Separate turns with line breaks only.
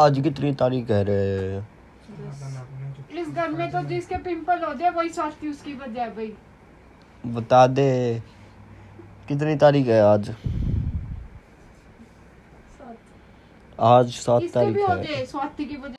आज कितनी तारीख कह रहे हैं
इस घर में तो जिसके पिंपल होते हैं वही सोचती उसकी वजह भाई
बता दे कितनी तारीख है आज आज सात
इसके भी
तारीख
होते
है
हैं स्वाति की वजह